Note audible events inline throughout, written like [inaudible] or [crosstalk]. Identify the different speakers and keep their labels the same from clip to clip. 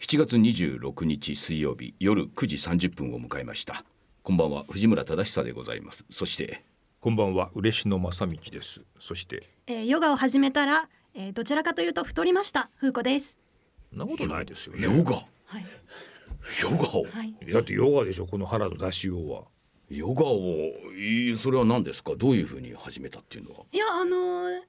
Speaker 1: 7月26日水曜日夜9時30分を迎えましたこんばんは藤村忠久でございますそして
Speaker 2: こんばんは嬉野正道ですそして
Speaker 3: えーヨガを始めたら、えーどちらかというと太りました風子です。
Speaker 2: そんなことないですよ
Speaker 1: ヨ
Speaker 2: ね
Speaker 1: ガ
Speaker 3: はい
Speaker 1: ヨガを
Speaker 3: はい。
Speaker 2: だってヨガでしょこの腹の出しようは
Speaker 1: ヨガをいいそれは何ですかどういうふうに始めたっていうのはい
Speaker 3: やあのー、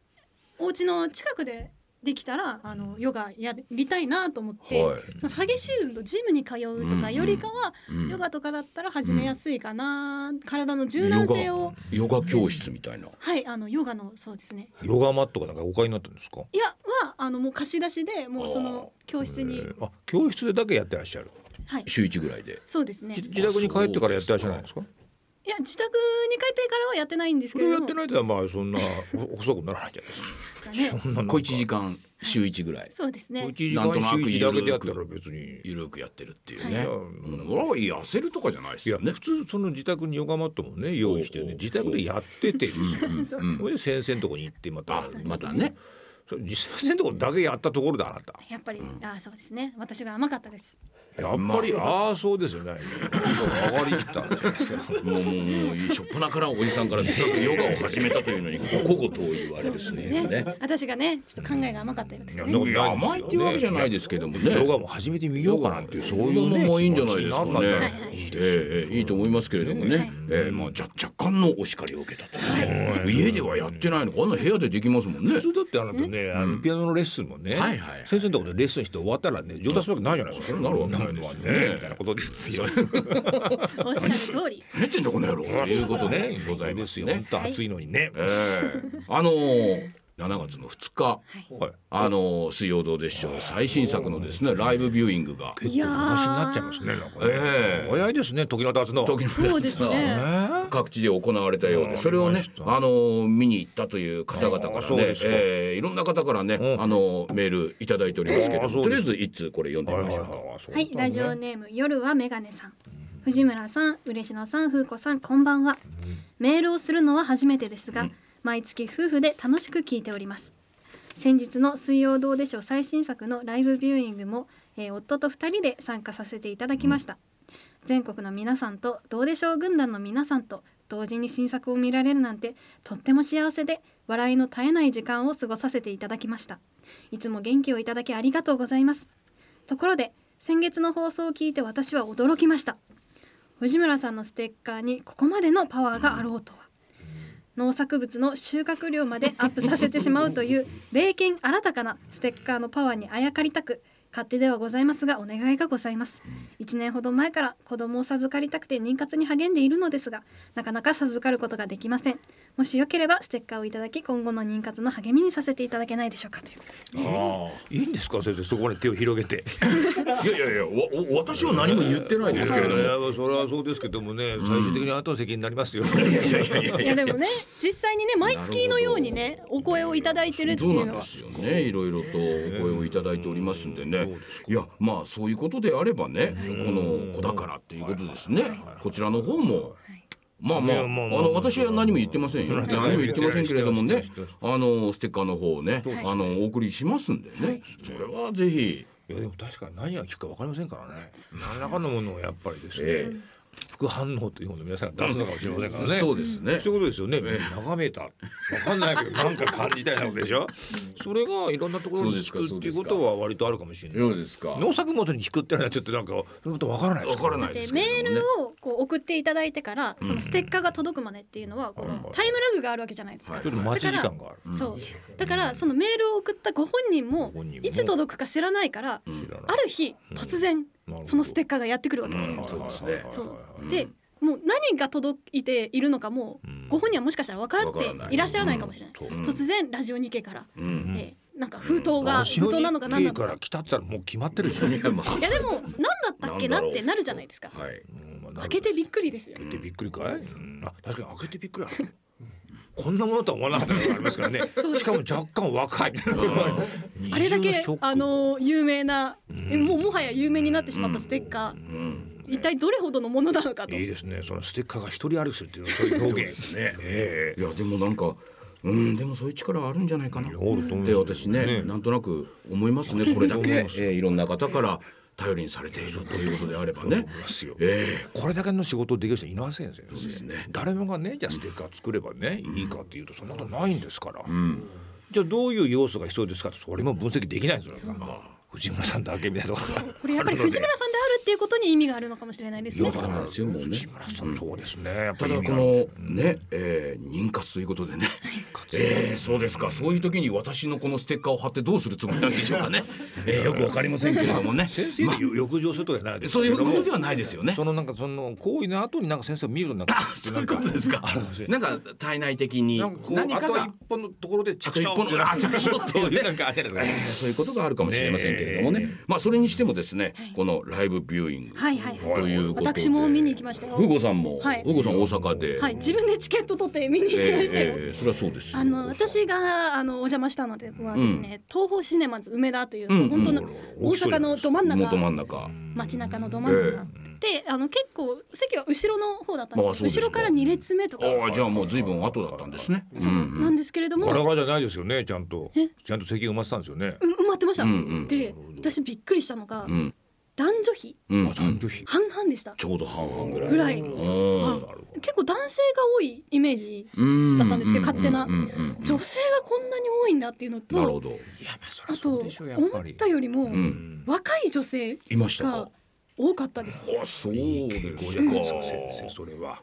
Speaker 3: お家の近くでできたらあのヨガやりたいなと思って、
Speaker 1: はい
Speaker 3: その激しい運動ジムに通うとかよりかは、
Speaker 1: うん
Speaker 3: ヨガとかだったら始めやすいかな、体の柔軟性を
Speaker 1: ヨガ教室みたいな
Speaker 3: はいあのヨガのそうですね
Speaker 2: ヨガマットがなんかお買いになったんですか
Speaker 3: いやはあのもう貸し出しでもうその教室に
Speaker 2: えーあ教室でだけやってらっしゃる
Speaker 3: はい
Speaker 1: 週一ぐらいで
Speaker 3: そうですね
Speaker 2: じ自宅に帰ってからやってらっしゃらないんですか
Speaker 3: いや自宅に帰ってからはやってないんです
Speaker 2: そ
Speaker 3: けれ
Speaker 2: れや
Speaker 3: ど
Speaker 2: って
Speaker 3: も
Speaker 2: ないとはまあそ
Speaker 1: [laughs]
Speaker 2: んなほ細くならないじゃないですか
Speaker 3: ね
Speaker 2: そんななんか
Speaker 1: 小一時間週一ぐらい
Speaker 3: そうですね
Speaker 2: 小一時間週一だけでやったら別に
Speaker 1: ゆるくやってるっていう
Speaker 3: は
Speaker 1: ね、
Speaker 3: い
Speaker 1: うん、俺は痩せるとかじゃないです
Speaker 2: いや
Speaker 1: よね
Speaker 2: 普通その自宅にヨガマットもね用意して
Speaker 1: おうお
Speaker 2: ね
Speaker 1: う
Speaker 2: 自宅でやっててですよ
Speaker 3: そう
Speaker 1: うん
Speaker 2: それで先生のとこに行ってまた
Speaker 1: あまたね
Speaker 2: それ実際のところだけやったところであなた
Speaker 3: やっぱり、あそうですね私が甘かったです
Speaker 2: やっぱり、ああそうですよね上がりきったんじゃないですか
Speaker 1: もうもうもうしょっぱなからおじさんからせっかくヨガを始めたというのにここと言われるしねね
Speaker 3: 私がねちょっと考えが甘かったようですね
Speaker 2: いやでも
Speaker 1: いや甘いっていうわけじゃないですけどもね
Speaker 2: [laughs] ヨガも始めてみようかなっていうそういうね
Speaker 1: のもいいんじゃないですか
Speaker 2: 気
Speaker 1: ね
Speaker 2: 持ちになったんだよ
Speaker 3: はいはい
Speaker 1: いいええいいと思いますけれどもね、
Speaker 3: はい
Speaker 1: ええまあじゃ若干のお叱りを受けたとね、家ではやってないのかあんな部屋でできますもんね
Speaker 2: 普通だってあのね、あのピアノのレッスンもね、
Speaker 1: はいはい
Speaker 2: 先生のところでレッスンして終わったらね上達するわけないじゃないですか、
Speaker 1: うんそれなるわけないですよね
Speaker 2: んなのはみたいなことですよ
Speaker 3: おっしゃる通り
Speaker 1: 寝てんだこの野郎ということ
Speaker 2: [laughs]
Speaker 1: でございます
Speaker 2: よ
Speaker 1: ね
Speaker 2: 本当暑いのにね、
Speaker 1: ええあのー7月の2日
Speaker 2: はい
Speaker 1: あのー水曜どうでしょう最新作のですねライブビューイングが
Speaker 2: 結構昔になっちゃいますねなんかね、
Speaker 1: ええ
Speaker 2: 早いですね時の経つの
Speaker 1: 時
Speaker 3: そう
Speaker 1: 々
Speaker 3: です
Speaker 1: さ
Speaker 2: ええ
Speaker 3: ね
Speaker 1: 各地で行われたようでそれを
Speaker 2: あ
Speaker 1: ね
Speaker 2: りました
Speaker 1: あのー見に行ったという方々か
Speaker 2: あ
Speaker 1: ら
Speaker 2: そう
Speaker 1: ね
Speaker 2: ですか
Speaker 1: えーいろんな方からね
Speaker 2: うん
Speaker 1: あのーメールいただいておりますけれど
Speaker 2: あそ
Speaker 1: も
Speaker 2: う
Speaker 1: と
Speaker 2: で
Speaker 1: り
Speaker 2: す
Speaker 1: あえず一通これ読んで
Speaker 2: はい
Speaker 1: み
Speaker 2: は
Speaker 1: ま
Speaker 2: い
Speaker 1: し
Speaker 2: は
Speaker 1: ょう
Speaker 2: い
Speaker 1: か
Speaker 2: そう
Speaker 3: はい、ラジオネーム夜はメガネさん藤村さん嬉野さん風子さんこんばんはメールをするのは初めてですが、毎月夫婦で楽しく聞いております先日の「水曜どうでしょう」最新作のライブビューイングも、えー夫と2人で参加させていただきました、全国の皆さんと「どうでしょう」軍団の皆さんと同時に新作を見られるなんてとっても幸せで笑いの絶えない時間を過ごさせていただきましたいつも元気をいただきありがとうございますところで先月の放送を聞いて私は驚きました藤村さんのステッカーにここまでのパワーがあろうとは農作物の収穫量までアップさせてしまうという霊剣新たかなステッカーのパワーにあやかりたく勝手ではございますがお願いがございます1年ほど前から子供を授かりたくて妊活に励んでいるのですがなかなか授かることができませんもしよければステッカーをいただき今後の妊活の励みにさせていただけないでしょうかということですね
Speaker 1: あ
Speaker 2: いいんですか先生そこまで手を広げて
Speaker 1: あいやいやいやわお私は何も言ってないですけれども
Speaker 2: いやいやそれはそうですけどもね、最終的にあなたの責任になりますよ、
Speaker 3: いやでもね実際にね毎月のようにねお声をいただいてるってい
Speaker 1: そううな
Speaker 3: の
Speaker 1: ん
Speaker 3: は
Speaker 1: ですよねいろいろとお声をいただいておりますんでね、
Speaker 2: うんそうです
Speaker 1: いやまあそういうことであればね、この子だからっていうことですね、こちらの方も、まあま
Speaker 2: い
Speaker 1: あ
Speaker 2: やまあ
Speaker 1: あ
Speaker 2: まあ
Speaker 1: の私は何も言ってませんよ、
Speaker 2: はい
Speaker 1: 何も言ってませんけれども
Speaker 2: は
Speaker 1: ね
Speaker 2: い
Speaker 1: あのステッカーの方をね、
Speaker 2: はい
Speaker 1: あのお送りしますんでね、それはぜひ、
Speaker 2: いやでも確かに何が効くかわかりませんからね。何らかのものをやっぱりですね、
Speaker 1: え
Speaker 2: 副反応というものを皆さんが出すのかもしれませんからね。
Speaker 1: そうですね、
Speaker 2: そういうことですよね。眺めた。わかんないけど、なんか感じたいなことでし
Speaker 1: [laughs]
Speaker 2: ょ。それがいろんなところに効くっていうことは割とあるかもしれない。
Speaker 1: どうですか
Speaker 2: 農作物に効くってのはちょっとなんか、それとわからないで
Speaker 1: わ
Speaker 2: す
Speaker 1: からない
Speaker 2: い。
Speaker 1: で
Speaker 3: です
Speaker 1: けれ
Speaker 3: メ
Speaker 1: どもね
Speaker 3: ールをこう送っていただいてからそのステッカーが届くまでっていうのはこ
Speaker 2: う
Speaker 3: うんタイムラグがあるわけじゃないです
Speaker 1: は
Speaker 3: か
Speaker 1: い
Speaker 2: ちょっと待ち時間がある。
Speaker 3: そうだからそのメールを送ったご本人も
Speaker 2: ご本人も
Speaker 3: いつ届くか知らないから
Speaker 2: 知らない
Speaker 3: ある日突然
Speaker 2: なるほど
Speaker 3: そのステッカーがやってくるわけですよ
Speaker 1: うん。そうです
Speaker 2: はいは
Speaker 1: ね
Speaker 2: いはい
Speaker 3: そうでもう何が届いているのかも
Speaker 2: ん
Speaker 3: ご本人はもしかしたら分からっていらっしゃらないかもしれない
Speaker 2: うん
Speaker 1: そう
Speaker 3: 突然ラジオ日経から
Speaker 1: うん
Speaker 3: えーなんか封筒が
Speaker 2: ラジオ
Speaker 3: 封
Speaker 2: 日
Speaker 3: 筒なのか何な
Speaker 2: 経か
Speaker 3: のから
Speaker 2: 来たって言ったらもう決まってるでしょ。
Speaker 1: いやまあ
Speaker 2: [laughs]
Speaker 3: いやでも何だったっけなってなるじゃないですか。
Speaker 1: はい
Speaker 2: うんまあなる
Speaker 3: 開けてびっくりですよ。
Speaker 2: 開けてびっくりかい、うんあ確かに開けてびっくりだこんなものとは思わなかったのがありますからね
Speaker 3: そうです
Speaker 2: しかも若干若い
Speaker 3: あれ
Speaker 2: 二重
Speaker 3: だ
Speaker 2: の
Speaker 3: け
Speaker 2: ショック
Speaker 3: あの有名な、えもうもはや有名になってしまったステッカー、一体どれほどのものなのかと。
Speaker 2: いいですねそのステッカーが一人歩きするっていうのはそういう表
Speaker 3: [laughs]
Speaker 2: 現です
Speaker 1: ね
Speaker 2: え
Speaker 1: いやでもなんかうんでもそういう力あるんじゃないかな
Speaker 2: あると思います
Speaker 1: で私ねなんとなく思いますねこれだけ、えーいろんな方から頼りにされているということであればね
Speaker 2: 思いますよ
Speaker 1: え
Speaker 2: これだけの仕事できる人いませんよ
Speaker 1: そうですね
Speaker 2: 誰もがねじゃあステッカー作ればね、いいかっていうとそんなことないんですから、
Speaker 1: えうん
Speaker 2: じゃあどういう要素が必要ですかってそれも分析できないんですよ藤村さんだけみたいなところが
Speaker 3: これやっぱり
Speaker 2: あるの
Speaker 3: 藤
Speaker 2: で
Speaker 3: 村さんであるっていうことに意味があるのかもしれないです
Speaker 2: いや
Speaker 3: ね
Speaker 2: だ。か
Speaker 1: そうな
Speaker 2: ら
Speaker 1: んですよもうね
Speaker 2: 藤村さんそうですねやったぱり
Speaker 1: だこのね、えー、妊活ということでね、えー、そうですかそういう時に私のこのステッカーを貼ってどうするつもりなんでしょうかね、えー、よくわかりませんけれどもね
Speaker 2: 先生
Speaker 1: ま
Speaker 2: で欲情するとかじゃないで
Speaker 1: あ
Speaker 2: す
Speaker 1: そうい
Speaker 2: けれ
Speaker 1: う
Speaker 2: ど
Speaker 1: こ
Speaker 2: も
Speaker 1: とではないですよね
Speaker 2: そのなんかその行為の後になんか先生を見るとなんか
Speaker 1: あそういうことですか
Speaker 2: あるかもしれない
Speaker 1: なんか体内的に
Speaker 2: なんかこう
Speaker 1: 何か
Speaker 2: あと一
Speaker 1: が
Speaker 2: 本のところで着
Speaker 1: あと一本のあ着床
Speaker 2: そう [laughs] いうなんかあれですか
Speaker 1: えーそういうことがあるかもしれませんけれどもね
Speaker 2: ね
Speaker 1: まあそれにしてもですね、
Speaker 3: はい
Speaker 1: このライブビューイング
Speaker 3: はいはいはい。
Speaker 1: ということで
Speaker 3: 私も見に行きましたよ。
Speaker 1: ふうごさんも、
Speaker 3: はい
Speaker 1: ふうごさん大阪で、
Speaker 3: はい、自分でチケット取って見に行
Speaker 1: え
Speaker 3: きま
Speaker 1: ー
Speaker 3: したよ。
Speaker 1: えーそれはそうですよ
Speaker 3: あの私があのお邪魔したのではですね、東宝シネマズ梅田という、
Speaker 1: うん
Speaker 3: 本当の
Speaker 1: うん
Speaker 3: 大阪のど真ん
Speaker 1: 元真
Speaker 3: 中
Speaker 1: ん中
Speaker 3: 街中のど真ん中、
Speaker 1: え
Speaker 3: であの結構席は後ろの方だったんです
Speaker 1: あ
Speaker 3: よ
Speaker 1: あそうです
Speaker 3: 後
Speaker 1: か
Speaker 3: ろから2列目とか
Speaker 1: ああじゃあもう随分後だったんですね。
Speaker 3: そうなんですけれども、
Speaker 2: ガ
Speaker 3: う
Speaker 2: ラガラじゃないですよねちゃんとちゃんと席が埋まってたんですよね、
Speaker 3: 埋まってました、
Speaker 1: うんうん
Speaker 3: で私びっくりしたのが、
Speaker 1: うん
Speaker 3: 男女比
Speaker 1: うん、う
Speaker 2: あ
Speaker 1: ん、
Speaker 2: 男女比
Speaker 3: 半々でした
Speaker 1: ちょうど半々ぐらい。
Speaker 3: ぐらい、
Speaker 1: うん
Speaker 3: は
Speaker 2: ど
Speaker 3: い結構男性が多いイメージ
Speaker 1: うん
Speaker 3: だったんですけど勝手な
Speaker 1: うんうんうん
Speaker 3: 女性がこんなに多いんだっていうのと
Speaker 1: なるほど。
Speaker 2: いやまあそ
Speaker 3: あ
Speaker 2: りゃそ
Speaker 3: と
Speaker 2: う
Speaker 3: 思
Speaker 2: でしょやっぱ
Speaker 3: っ
Speaker 2: り
Speaker 3: たよりも、
Speaker 1: うん、
Speaker 3: 若い女性
Speaker 1: いました
Speaker 3: が
Speaker 1: か。
Speaker 3: 多かったです。
Speaker 1: あそうです
Speaker 2: こ
Speaker 1: か
Speaker 2: う。いうことですよ先生それは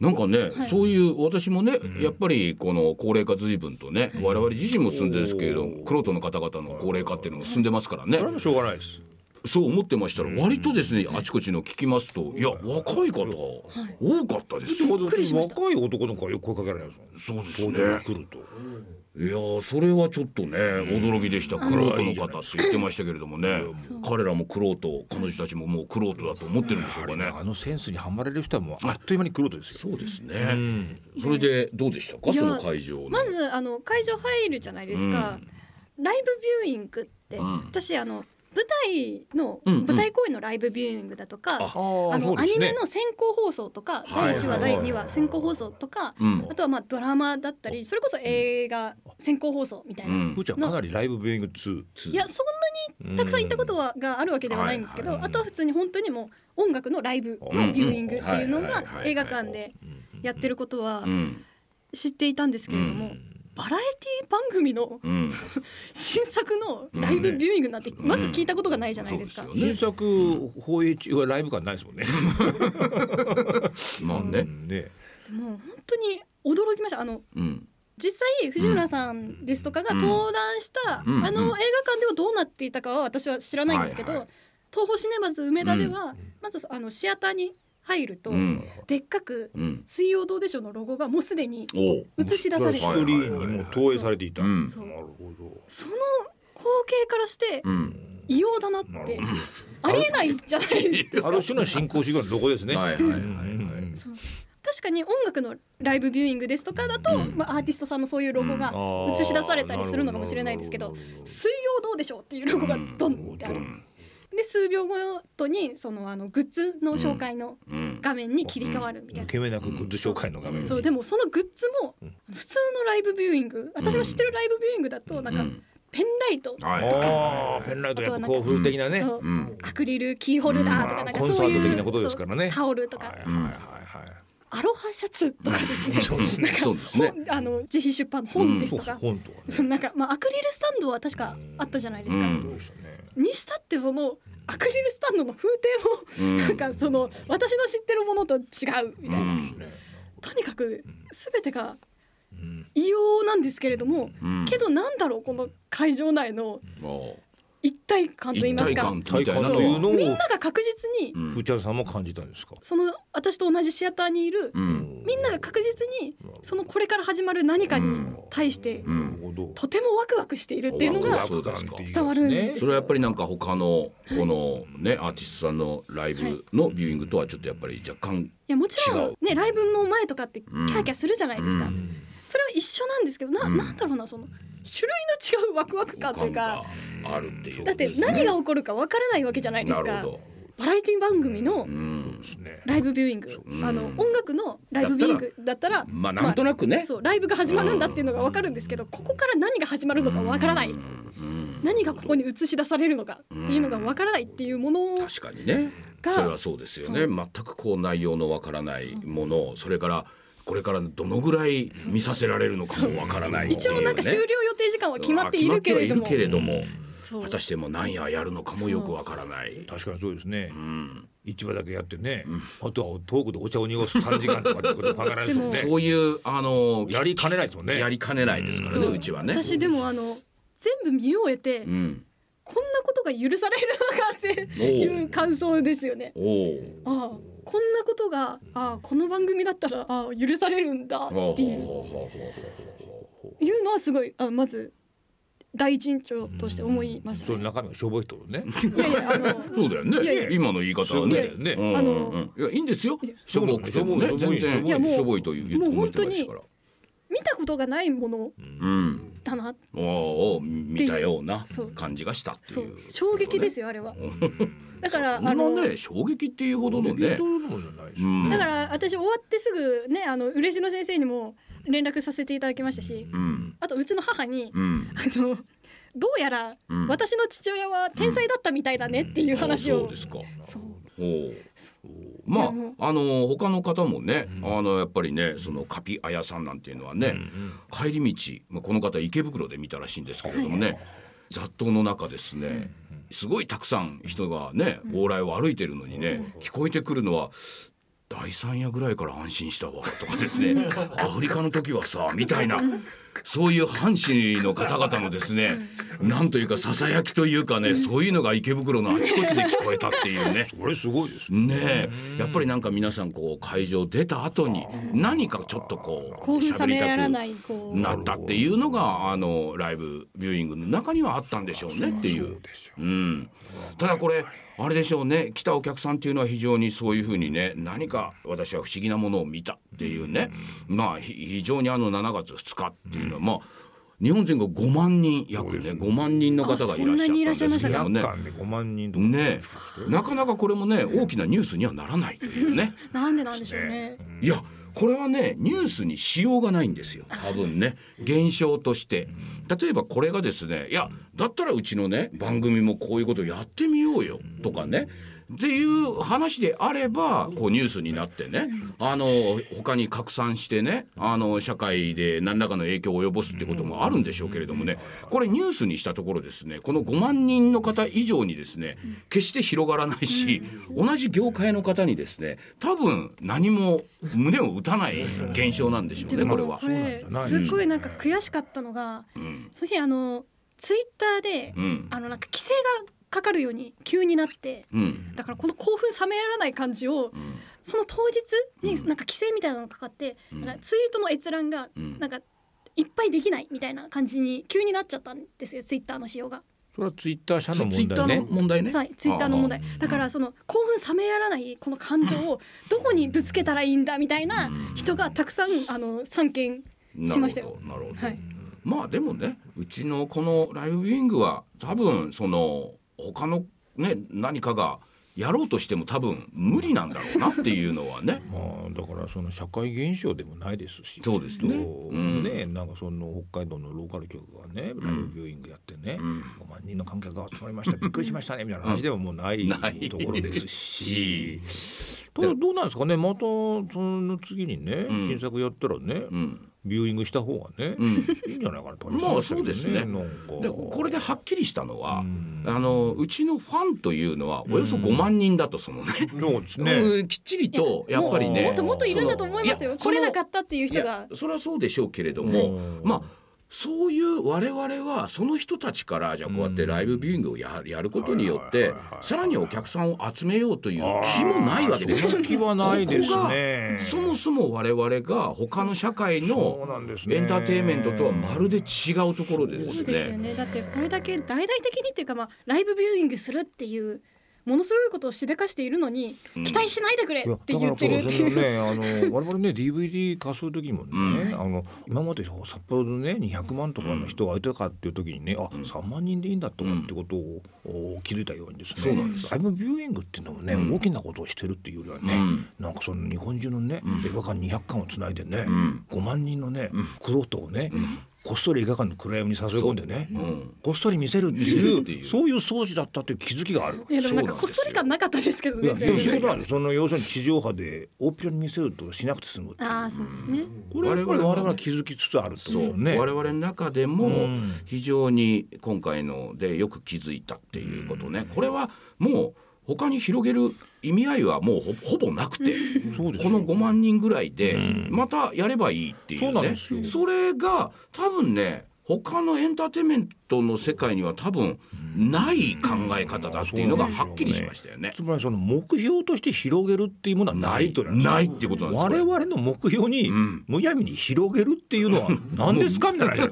Speaker 1: なんかね、そういう私もね、やっぱりこの高齢化随分とね、我々自身も進んでですけれども、クロートの方々の高齢化っていうのも進んでますからね。
Speaker 2: それもしょうがないです
Speaker 1: そう思ってましたら割とですねあちこちの聞きますといや若い方多かったですよ
Speaker 3: っくりしました
Speaker 2: 若い男の子はよく声かけられないですもん
Speaker 1: そうです
Speaker 2: 東
Speaker 1: ね
Speaker 2: 京に来ると
Speaker 1: いやーそれはちょっとね驚きでしたクロートの方って言ってましたけれどもね
Speaker 3: う
Speaker 1: 彼らもクロート彼女たちももうクロートだと思ってるんでしょうかね
Speaker 2: あのセンスにはまれる人はもうあっという間に来るとですよ
Speaker 1: そうですねそれでどうでしたか
Speaker 3: いや
Speaker 1: その会場の
Speaker 3: まずあの会場入るじゃないですか。ライブビューイングって、
Speaker 1: うん
Speaker 3: 私あの舞台の、
Speaker 1: うんうん
Speaker 3: 舞台公演のライブビューイングだとか、
Speaker 1: あ
Speaker 2: あ
Speaker 3: あの、アニメの先行放送とか、
Speaker 1: はい
Speaker 3: 第1話、
Speaker 1: はい
Speaker 3: 第2話先行放送とか、
Speaker 1: うん
Speaker 3: あとはまあドラマだったり、それこそ映画先行放送みたいうな。
Speaker 1: ん
Speaker 2: ふーちゃんかなりライブビューイング2
Speaker 3: いやそんなにたくさん行ったことはがあるわけではないんですけど、
Speaker 2: はいはい
Speaker 3: あとは普通に本当にもう音楽のライブ
Speaker 2: うん
Speaker 3: のビューイングっていう
Speaker 1: は
Speaker 3: の
Speaker 1: いはい
Speaker 3: が
Speaker 1: はいはい
Speaker 3: 映画館でやってることは
Speaker 1: うん
Speaker 3: 知っていたんですけれども、
Speaker 1: う
Speaker 3: バラエティ番組の
Speaker 1: うん
Speaker 3: 新作のライブビューイングなんてまず聞いたことがないじゃないですか。
Speaker 1: うんそうですよね
Speaker 2: 新作放映中はライブ感ないですもんね。
Speaker 1: まあね
Speaker 2: ね。
Speaker 3: もう本当に驚きましたあの
Speaker 1: うん
Speaker 3: 実際藤村さんですとかが
Speaker 1: うん
Speaker 3: 登壇した、
Speaker 1: うん
Speaker 3: あ
Speaker 1: うん
Speaker 3: の映画館ではどうなっていたかは私は知らないんですけど、
Speaker 1: はいはい
Speaker 3: 東宝シネマズ梅田では、まずあのシアターに入ると、
Speaker 1: うん
Speaker 3: でっかく
Speaker 1: うん
Speaker 3: 「水曜どうでしょう」のロゴがもうすでに
Speaker 1: おう
Speaker 3: 映し出されて、
Speaker 2: スクリーンにもう投影されていた。
Speaker 1: う
Speaker 2: なんる
Speaker 3: そう
Speaker 2: ほど。
Speaker 3: その光景からして
Speaker 1: うん
Speaker 3: 異様だなっ
Speaker 2: なる
Speaker 3: て
Speaker 2: ほど
Speaker 3: ありえないじゃないです
Speaker 2: あ
Speaker 3: か
Speaker 2: る。種の進行主義のロゴですね。
Speaker 1: はいはいはいはい
Speaker 2: うん
Speaker 3: そう確かに音楽のライブビューイングですとかだと、
Speaker 1: うん
Speaker 3: まあ、アーティストさんのそういうロゴが
Speaker 2: うん
Speaker 3: 映し出されたりするのかもしれないですけ
Speaker 2: あー
Speaker 3: ど
Speaker 2: なるほどなるほ
Speaker 3: 「水曜どうでしょう」っていうロゴがドンってあ
Speaker 1: う
Speaker 3: る。
Speaker 1: ん
Speaker 3: で数秒ごとにそのあのグッズの紹介の
Speaker 1: うん
Speaker 3: 画面に切り替わるみたい
Speaker 2: 抜
Speaker 3: な。
Speaker 2: け目なくグッズ紹介の画面に。
Speaker 3: そうでもそのグッズも普通のライブビューイング私の知ってるライブビューイングだとなんか
Speaker 1: うん
Speaker 3: ペンライト
Speaker 1: はい
Speaker 2: ああ、ペンライトやっぱ興奮的なね。
Speaker 3: そうう
Speaker 1: うん
Speaker 3: アクリルキーホルダーとかなんか
Speaker 2: コンサ
Speaker 3: そう
Speaker 2: ート
Speaker 3: い
Speaker 2: 的
Speaker 3: う
Speaker 2: なことですからね
Speaker 3: そうタオルと
Speaker 2: はい
Speaker 3: か
Speaker 2: はいはいはい。
Speaker 3: アロハシャツとかですね
Speaker 1: そうですねそうですね
Speaker 3: 本あの自費出版の本ですとか
Speaker 2: 本とかね。
Speaker 3: そのなんかまあアクリルスタンドは確かあったじゃないですか
Speaker 1: うん
Speaker 2: どうでしたね。
Speaker 3: にしたってそのアクリルスタンドの風
Speaker 1: う
Speaker 3: 景も
Speaker 1: ん
Speaker 3: なんかその私の知ってるものと違うみたいな
Speaker 1: うん
Speaker 2: ね
Speaker 3: とにかく全てが
Speaker 2: うん
Speaker 3: 異様なんですけれども、
Speaker 1: うん
Speaker 3: けどなんだろうこの会場内の
Speaker 1: おう
Speaker 3: 一体感と言い
Speaker 1: 一
Speaker 3: ます
Speaker 1: 体
Speaker 3: か
Speaker 1: 感みたいな
Speaker 3: そ
Speaker 1: の
Speaker 3: う
Speaker 2: と
Speaker 1: は
Speaker 2: いうのを
Speaker 3: みんなが確実に、
Speaker 1: うん
Speaker 2: ふーちゃんさんも感じたんですか。
Speaker 3: その私と同じシアターにいる、
Speaker 1: うん
Speaker 3: みんなが確実にそのこれから始まる何かに対して、
Speaker 1: ん
Speaker 2: なるほど。
Speaker 3: とてもワクワクしているっていうの
Speaker 1: ワクワ
Speaker 3: が
Speaker 1: クそうですか
Speaker 3: 伝わるんで
Speaker 1: それはやっぱりなんか他のこのねアーティストさんのライブのビューイングとはちょっとやっぱり若干
Speaker 3: いやもちろ
Speaker 1: 違うん
Speaker 3: ねライブの前とかってキャーキャーするじゃないですか、
Speaker 1: うんう
Speaker 3: それは一緒なんですけどな,、
Speaker 1: うん
Speaker 3: なんだろうなその種類の違うワクワク感という
Speaker 1: 感
Speaker 3: か
Speaker 1: があるっていうこ
Speaker 3: だ
Speaker 1: と
Speaker 3: っ
Speaker 1: で
Speaker 3: て
Speaker 1: すね
Speaker 3: 何が起こるかわからないわけじゃないです
Speaker 1: な
Speaker 3: か
Speaker 1: るほど
Speaker 3: バラエティ番組の
Speaker 1: うん
Speaker 2: ですね。
Speaker 3: ライブビューイング、
Speaker 1: うん
Speaker 3: あの音楽のライブビューイングだったら
Speaker 1: まあなんとなくね
Speaker 3: そうライブが始まるんだっていうのがわかるんですけどここから何が始まるのかわからない、
Speaker 1: うん
Speaker 3: 何がここに映し出されるのかっていうのがわからないっていうものを
Speaker 1: 確かにね
Speaker 3: が
Speaker 1: それはそうですよね全くこう内容のわからないものそれからこれからどのぐらい見させられるのかもわからない
Speaker 3: 一応なんか終了
Speaker 1: っていうね
Speaker 3: 予定時間は決まっているけれど
Speaker 1: 決ま
Speaker 3: も
Speaker 1: ってはいるけれども
Speaker 3: そう
Speaker 1: 果たしてもう何ややるのかもよくわからない
Speaker 2: 確かにそうですね
Speaker 1: うん
Speaker 2: 市場だけやってねあとは遠くでお茶を濁す三時間とかって
Speaker 3: [laughs]
Speaker 2: こと考えられるもん
Speaker 3: で
Speaker 2: ね
Speaker 1: そういうあの
Speaker 2: やりかねないですもんね
Speaker 1: やりかねないですから
Speaker 3: そ
Speaker 1: ね
Speaker 3: う
Speaker 1: うちはね。
Speaker 3: 私でもあの全部見終えて
Speaker 1: うん、
Speaker 3: こんなことが許されるのかっていう感想ですよね
Speaker 1: おお
Speaker 3: ああこんなことがああこの番組だったらああ許されるんだ
Speaker 1: ほう
Speaker 3: っ
Speaker 1: ほう
Speaker 3: てい
Speaker 1: ほ
Speaker 3: う
Speaker 1: うほうほ
Speaker 3: いうのはすごいあまず第一印象として思いました
Speaker 2: その
Speaker 3: ね。
Speaker 2: 中身が消防人のね
Speaker 3: いやいやあの
Speaker 1: うそうだよね
Speaker 3: いやいや
Speaker 1: 今の言い方はね
Speaker 2: そうだよね
Speaker 1: うんうんうんいやいいんですよしょぼくてもね
Speaker 2: しょぼい
Speaker 1: 全然
Speaker 3: しょぼい
Speaker 1: しょぼいという
Speaker 3: もう
Speaker 1: 思ってないですから
Speaker 3: 見たことがないもの
Speaker 1: うん
Speaker 3: だな
Speaker 1: おおお見たような
Speaker 3: そう
Speaker 1: 感じがしたって
Speaker 3: そ
Speaker 1: いうう
Speaker 3: 衝撃ですよあれは。だから
Speaker 1: そんな
Speaker 3: あの
Speaker 1: ね衝撃っていうほどのね
Speaker 2: うん
Speaker 3: だから私終わってすぐねあの嬉野先生にも連絡させていただきましたし
Speaker 1: うん
Speaker 3: あとうちの母に
Speaker 1: うん
Speaker 3: あのどうやら
Speaker 1: うん
Speaker 3: 私の父親は天才だったみたいだねっていう話
Speaker 1: あそ
Speaker 3: を
Speaker 1: うですか
Speaker 3: そう
Speaker 1: おお
Speaker 3: い
Speaker 1: ま
Speaker 3: やもう
Speaker 1: ああの他の方もね、あのやっぱりねそのカピアヤさんなんていうのはね、帰り道、まあ、この方池袋で見たらしいんですけれどもね、雑踏の中ですねすごいたくさん人がね往来を歩いてるのにね、聞こえてくるのは第三夜ぐらいから安心したわとかですねアフリカの時はさみたいなそういう阪神の方々のですねなんというかささやきというかねそういうのが池袋のあちこちで聞こえたっていうね。
Speaker 2: これすごいですね
Speaker 1: ねえやっぱりなんか皆さんこう会場出た後に何かちょっとこう
Speaker 3: 興奮冷
Speaker 1: 喋り
Speaker 3: めやら
Speaker 1: た
Speaker 3: な
Speaker 1: く
Speaker 3: いこう
Speaker 1: なったっていうのがあのライブビューイングの中にはあったんでしょうねっていう。うん、ただこれあれでしょうね来たお客さんっていうのは非常にそういうふうにね何か私は不思議なものを見たっていうね、まあひ非常にあの7月2日っていうのはまあ日本全国5万人約ね5万人の方がいらっしゃったんですけどもね
Speaker 2: 夜間で五万人とか
Speaker 1: ねえなかなかこれもね大きなニュースにはならないというね。
Speaker 3: なんでなんでしょうね。
Speaker 1: いやこれはねニュースにしようがないんですよ多分ね現象として例えばこれがですねいやだったらうちのね番組もこういうことやってみようよとかねっていう話であればこうニュースになってねあの他に拡散してねあの社会で何らかの影響を及ぼすってこともあるんでしょうけれどもねこれニュースにしたところですねこの5万人の方以上にですね決して広がらないし同じ業界の方にですね多分何も胸を打たない現象なんでしょう
Speaker 3: で
Speaker 1: ねこれ
Speaker 3: も
Speaker 1: は
Speaker 3: こ。れ
Speaker 2: そうなんじ
Speaker 3: す
Speaker 2: ゃ
Speaker 3: っ
Speaker 2: ない
Speaker 3: ごいなんか悔しかったのが、
Speaker 1: ん
Speaker 3: その日あのツイッターで、
Speaker 1: うん
Speaker 3: あのなんか規制がかかるように急になって、
Speaker 1: うん
Speaker 3: だからこの興奮冷めやらない感じを、その当日になんか規制みたいなのがかかって、なんかツイートの閲覧が
Speaker 1: ん
Speaker 3: なんかいっぱいできないみたいな感じに急になっちゃったんですよツイッターの仕様が、
Speaker 2: それはツイッター社の
Speaker 1: ツイ
Speaker 2: 問
Speaker 1: ッタ
Speaker 2: 題
Speaker 1: ーの
Speaker 2: ね
Speaker 1: 問題ね
Speaker 3: さ。ツイッターの問題だからその興奮冷めやらないこの感情
Speaker 1: [laughs]
Speaker 3: をどこにぶつけたらいいんだみたいな人がたくさんあの参見しましたよ。
Speaker 1: なるほどなるほど
Speaker 3: はい
Speaker 1: まあでもねうちのこのライブビューイングは多分その他のね何かがやろうとしても多分無理なんだろうなっていうのは
Speaker 3: [laughs]
Speaker 1: ね
Speaker 2: まあだからその社会現象でもないですし
Speaker 1: そうですね
Speaker 2: そう
Speaker 1: うん
Speaker 2: ねなんかその北海道のローカル局がねライブビューイングやってね、
Speaker 1: ん
Speaker 2: 5万人の観客が集まり
Speaker 1: [laughs]
Speaker 2: ましたびっくりしましたねみたいな話ではもうない
Speaker 1: ない
Speaker 2: ところですし。
Speaker 1: し、
Speaker 2: ただどうなんですかねまたその次にね、
Speaker 1: ん
Speaker 2: 新作やったらね、
Speaker 1: うん、
Speaker 2: ビューイングした方がね、
Speaker 1: ん
Speaker 2: いいんじゃないかなと
Speaker 1: まあそうですね
Speaker 2: なんか
Speaker 1: でこれではっきりしたのは、
Speaker 2: うん
Speaker 1: あのうちのファンというのはおよそ5万人だとそのね、
Speaker 2: そうですね、
Speaker 1: うんきっちりとやっぱりね
Speaker 3: もっともっといるんだと思います
Speaker 1: い
Speaker 3: よ
Speaker 1: やそ
Speaker 3: 来
Speaker 1: の
Speaker 3: れなかったっていう人が
Speaker 1: いやそれはそうでしょうけれども、
Speaker 2: うん
Speaker 1: まあそういう我々はその人たちからじゃあこうやってライブビューイングをややることによっ
Speaker 2: はい
Speaker 1: て
Speaker 2: はいはいはい
Speaker 1: さらにお客さんを集めようという気もないわけです
Speaker 2: あーその気はないですね
Speaker 1: ここがそもそも我々が他の社会
Speaker 2: そうなん
Speaker 1: の
Speaker 2: ですね
Speaker 1: エンターテインメントとはまるで違うところでで
Speaker 3: そう
Speaker 1: す
Speaker 3: ですよ
Speaker 1: ね。
Speaker 3: ねだってこれだけ大々的にっていうかまあライブビューイングするっていうものすごいことをしでかしているのに期待しないでくれ
Speaker 2: いや
Speaker 3: って言ってるっていう
Speaker 2: だからこそそのね、あの我々ね DVD 貸す時もね、あの今まで札幌のね200万とかの人がいたかっていう時にね、あ3万人でいいんだとかってことを、お気づいたようにですね
Speaker 1: そうなんです
Speaker 2: ライブビューイングっていうのもね、大きなことをしてるっていうよりはね、
Speaker 1: うん
Speaker 2: なんかその日本中のね、映画館200館をつないでね、5万人のね、クロートをね、こっそり映画館の暗闇に誘い込んでね、
Speaker 1: うん
Speaker 2: こっそり見せるって
Speaker 1: 見せる
Speaker 2: いう
Speaker 1: っていう
Speaker 2: そういう掃除だったっていう気づきがあるわけ
Speaker 3: いやでもなんか
Speaker 1: そうなんですよ
Speaker 3: こっそり感なかったですけど
Speaker 2: い
Speaker 3: ね
Speaker 2: や。
Speaker 1: や
Speaker 2: でもそ
Speaker 3: 全
Speaker 2: ういうこ
Speaker 3: 然
Speaker 2: となんですその要するに地上波で大っぴらに見せるとしなくて済むっていう
Speaker 3: ああそうですね。
Speaker 2: これやっぱり
Speaker 1: 我々は
Speaker 2: 我々は気づきつつあるってこと
Speaker 1: そ
Speaker 2: で
Speaker 1: う
Speaker 2: すよね。
Speaker 1: 我々の中で
Speaker 2: う
Speaker 1: も
Speaker 2: ん
Speaker 1: 非常に今回のでよく気づいたっていうことね、これはもう他に広げる意味合いはもうほほぼなくて
Speaker 2: そうです
Speaker 1: こ
Speaker 2: よ
Speaker 1: の5万人ぐらいでまたやればいいっていうね、
Speaker 2: そうなんですよ
Speaker 1: それが多分ね他のエンターテインメントの世界には多分ない考え方だっていうのがはっきりしましたよね。
Speaker 2: つまりその目標として広げるっていうものはないと
Speaker 1: ないってことなんです
Speaker 2: 我々の目標に
Speaker 1: ん
Speaker 2: むやみに広げるっていうのは何ですかみたいな。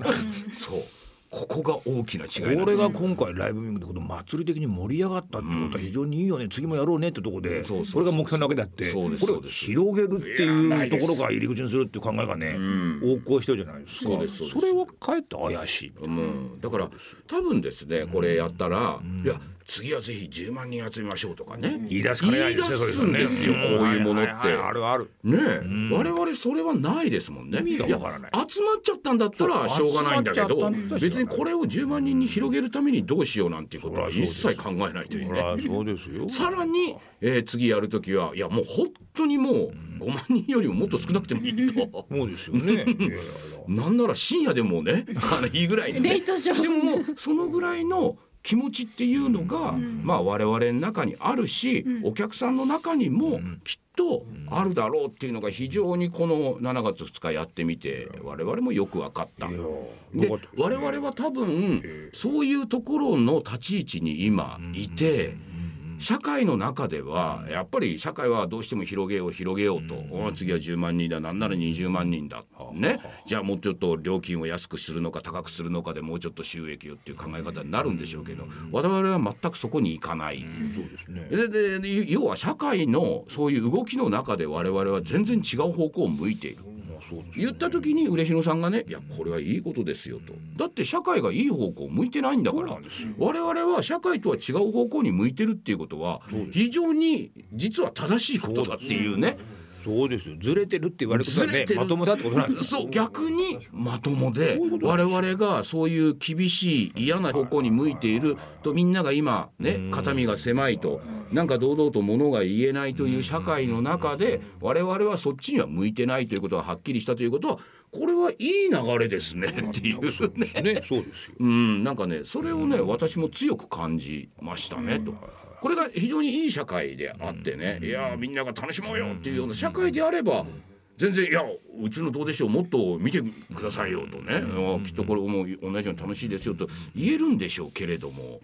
Speaker 1: そうここが大きな違いなん
Speaker 2: こ
Speaker 1: で
Speaker 2: れ
Speaker 1: すよ
Speaker 2: が今回ライブミュージックでこの祭り的に盛り上がったってことは非常にいいよね、次もやろうねってとこで
Speaker 1: そうそうそう
Speaker 2: これが目標なわけであって
Speaker 1: そうです
Speaker 2: これ
Speaker 1: そ
Speaker 2: を
Speaker 1: うです
Speaker 2: 広げるっていうところが入り口にするっていう考えがね、横行してるじゃないですか
Speaker 1: そうですそうです
Speaker 2: れはかえって怪しい
Speaker 1: うん、だから多分ですねこれやったら、いや次はぜひ10万人集めましょうとかね、
Speaker 2: 言い出すから
Speaker 1: 言い出すんですよ、こういうものって。
Speaker 2: あるある
Speaker 1: ねえ、我々それはないですもんね。
Speaker 2: 意味がわからない
Speaker 1: や集まっちゃったんだったらしょうがないんだけ
Speaker 2: 集ま
Speaker 1: ど
Speaker 2: っちゃったんだったらしょうがない
Speaker 1: 別にこれを10万人に広げるためにどうしようなんていうことは一切考えないという
Speaker 2: ほ
Speaker 1: ね。
Speaker 2: らそうですよ
Speaker 1: さらに、えー次やるときはいやもう本当にもう5万人よりももっと少なくてもいいと。
Speaker 2: [laughs] そうですよ
Speaker 1: [laughs]
Speaker 2: ね。いやいやいや
Speaker 1: なんなら深夜でもねあのいいぐらいのね
Speaker 3: レイトショー
Speaker 1: でももうそのぐらいの気持ちっていうのが、まあ我々の中にあるし、お客さんの中にもきっとあるだろうっていうのが非常にこの7月2日やってみて我々もよく分かった。で
Speaker 2: よかったですね
Speaker 1: 我々は多分そういうところの立ち位置に今いて。社会の中ではやっぱり社会はどうしても広げよう広げようと、お次は10万人だなんなら20万人だ、ねじゃあもうちょっと料金を安くするのか高くするのかでもうちょっと収益をっていう考え方になるんでしょうけど、我々は全くそこに行かない。
Speaker 2: そうですね。
Speaker 1: ででで要は社会のそういう動きの中で我々は全然違う方向を向いている。
Speaker 2: まあそうです。
Speaker 1: 言った時に嬉野さんがね「いやこれはいいことですよ」と「だって社会がいい方向を向いてないんだか
Speaker 2: そう
Speaker 1: ら
Speaker 2: なんですよ
Speaker 1: 我々は社会とは違う方向に向いてるっていうことは非常に実は正しいことだっていうね
Speaker 2: そうですよ。ずれてるって言われることは
Speaker 1: ずれ
Speaker 2: ね
Speaker 1: て、る
Speaker 2: まともだってことなんです。
Speaker 1: そう逆にまともで
Speaker 2: そういうこと
Speaker 1: 我々がそういう厳しい嫌な方向に向いているとみんなが今ね肩身が狭いとなんか堂々と物が言えないという社会の中で我々はそっちには向いてないということがはっきりしたということはこれはいい流れですねっていうね。
Speaker 2: ね、そうですよ。
Speaker 1: うん、なんかねそれをね私も強く感じましたねと。これが非常にいい社会であってね、いやーみんなが楽しもうよっていうような社会であれば、全然いやうちのどうでしょうもっと見てくださいよとね、うんきっとこれも同じように楽しいですよと言えるんでしょうけれども、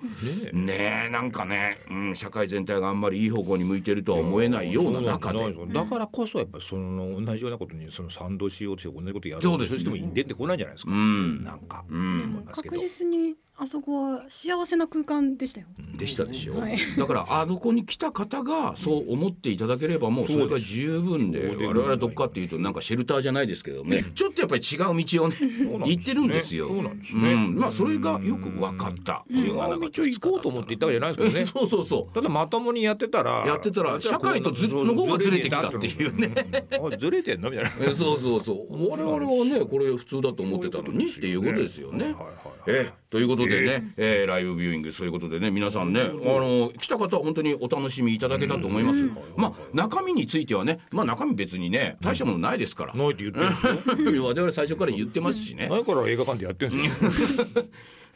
Speaker 1: ねえなんかね、うん、社会全体があんまりいい方向に向いてるとは思えないような中で。
Speaker 2: そうなんですよだからこそやっぱりその同じようなことにその賛同しようとして同じことやる
Speaker 1: そうですね
Speaker 2: しても出てこないじゃないですか、
Speaker 1: うん
Speaker 2: なんか、
Speaker 1: うん
Speaker 2: 思いますけど
Speaker 3: 確実にあそこは幸せな空間でしたよ。
Speaker 1: でしたでしょ、
Speaker 3: はい
Speaker 1: だからあの子に来た方がそう思っていただければもうそれが十分で
Speaker 2: そうです
Speaker 1: 我々はどっかっていうとなんかシェルターじゃないですけどねちょっとやっぱり違う道をね
Speaker 2: うなんですね
Speaker 1: 行ってるんですよ。
Speaker 2: そうなんですね
Speaker 1: うんまあそれがよく分かった。
Speaker 2: 違う道を行こうと思って行ったわけじゃないですけど
Speaker 1: え
Speaker 2: ね
Speaker 1: そうそうそう。
Speaker 2: ただまともにやってたら
Speaker 1: やってたら社会とずの方がずれてきたっていう
Speaker 2: ねずれてんのみたいな
Speaker 1: えそうそうそう我々はねこれ普通だと思ってたのにっていうことですよ
Speaker 2: はい
Speaker 1: ね
Speaker 2: はいはい。
Speaker 1: ええということでね、ええライブビューイングそういうことでね皆さんね、あの来た方は本当にお楽しみいただけたと思います。まあ中身についてはねまあ中身別にね大したものないですから。
Speaker 2: ないって言ってるんですよ
Speaker 1: [laughs] 我々最初から言ってますしね。
Speaker 2: ないから映画館でやってるんですよ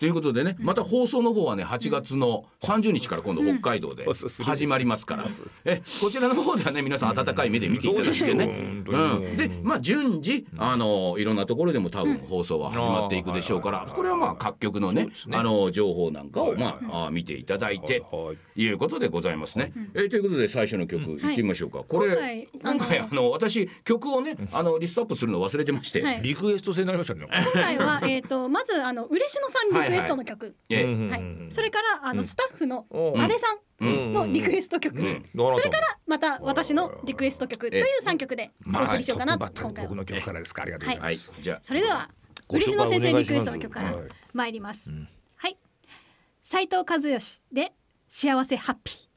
Speaker 1: ということでねまた放送の方はね8月の30日から今度北海道で
Speaker 2: うんそうそう
Speaker 1: 始まりますから
Speaker 2: そうそ
Speaker 1: えこちらの方ではね皆さん温かい目で見ていただいてね。
Speaker 2: そうですよ本当
Speaker 1: う
Speaker 2: に
Speaker 1: ん、でまあ順次あのいろんなところでも多分放送は始まっていくでしょうからこれはまあ各局のねあの情報なんかをまああ見ていただいて
Speaker 2: はいはい
Speaker 1: いうことでございますね。えということで最初の曲いってみましょうか。これ今
Speaker 3: 今回あの
Speaker 1: 回あの私曲をねあのリストアップするの忘れてまして。
Speaker 3: はい
Speaker 2: リクエスト制になりましたね
Speaker 3: 今回はえっとまずあの嬉野さんリクエストの曲、
Speaker 1: え
Speaker 2: うん
Speaker 3: はいそれからあのスタッフの
Speaker 2: うん
Speaker 3: あれさんのリクエスト曲、
Speaker 1: ん
Speaker 2: そ
Speaker 3: それからまた私のリクエスト曲という三曲でお送りしようかなと今回は
Speaker 2: 僕。の曲からですかありがとうござい
Speaker 1: は
Speaker 2: ま
Speaker 1: い
Speaker 2: す
Speaker 1: じゃあ
Speaker 3: それでは
Speaker 2: ご
Speaker 3: 嬉
Speaker 2: 紹
Speaker 3: 野
Speaker 2: 介
Speaker 3: 先生
Speaker 2: お願
Speaker 3: リ
Speaker 2: いし
Speaker 3: クエ
Speaker 2: ます
Speaker 3: ストの曲から
Speaker 2: はい
Speaker 3: 参ります。はい、斉藤和義で幸せハッピー。